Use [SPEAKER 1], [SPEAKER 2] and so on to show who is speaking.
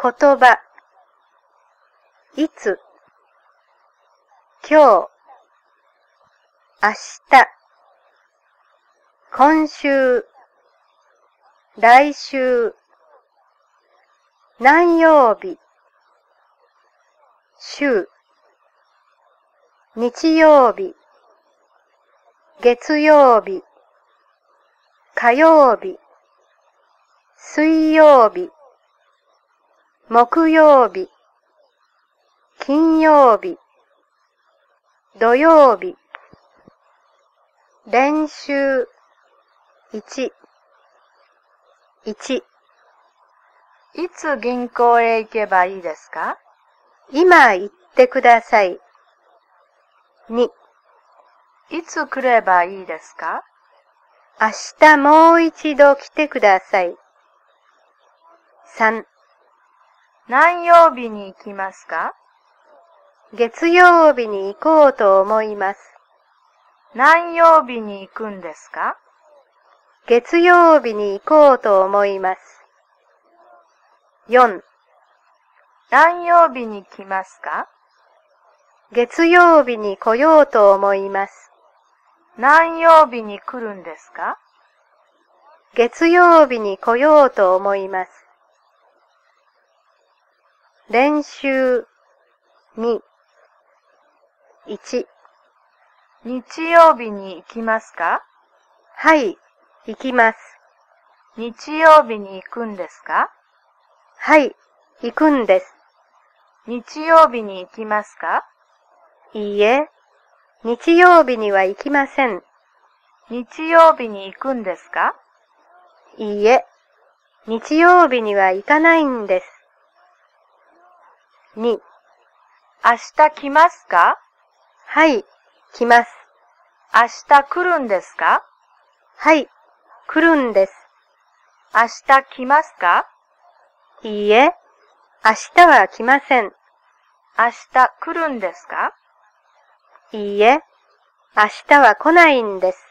[SPEAKER 1] 言葉、いつ、今日、明日、今週、来週、何曜日、週、日曜日、月曜日、火曜日、水曜日、木曜日、金曜日、土曜日、練習、1、1、
[SPEAKER 2] いつ銀行へ行けばいいですか
[SPEAKER 1] 今言ってください。2、
[SPEAKER 2] いつ来ればいいですか
[SPEAKER 1] 明日もう一度来てください。3、
[SPEAKER 2] 何曜日に行きますか
[SPEAKER 1] 月曜日に行こうと思います。
[SPEAKER 2] 何曜日に行くんですか
[SPEAKER 1] 月曜日に行こうと思います。4、
[SPEAKER 2] 何曜日に来ますか
[SPEAKER 1] 月曜日に来ようと思います。
[SPEAKER 2] 何曜日に来るんですか
[SPEAKER 1] 月曜日に来ようと思います。練習2、1、
[SPEAKER 2] 日曜日に行きますか
[SPEAKER 1] はい、行きます。
[SPEAKER 2] 日曜日に行くんですか
[SPEAKER 1] はい、行くんです。
[SPEAKER 2] 日曜日に行きますか
[SPEAKER 1] いいえ、日曜日には行きません。
[SPEAKER 2] 日曜日に行くんですか
[SPEAKER 1] いいえ、日曜日には行かないんです。2、
[SPEAKER 2] 明日来ますか
[SPEAKER 1] はい、来ます。
[SPEAKER 2] 明日来るんですか
[SPEAKER 1] はい、来るんです。
[SPEAKER 2] 明日来ますか
[SPEAKER 1] いいえ、明日は来ません。
[SPEAKER 2] 明日来るんですか
[SPEAKER 1] いいえ、明日は来ないんです。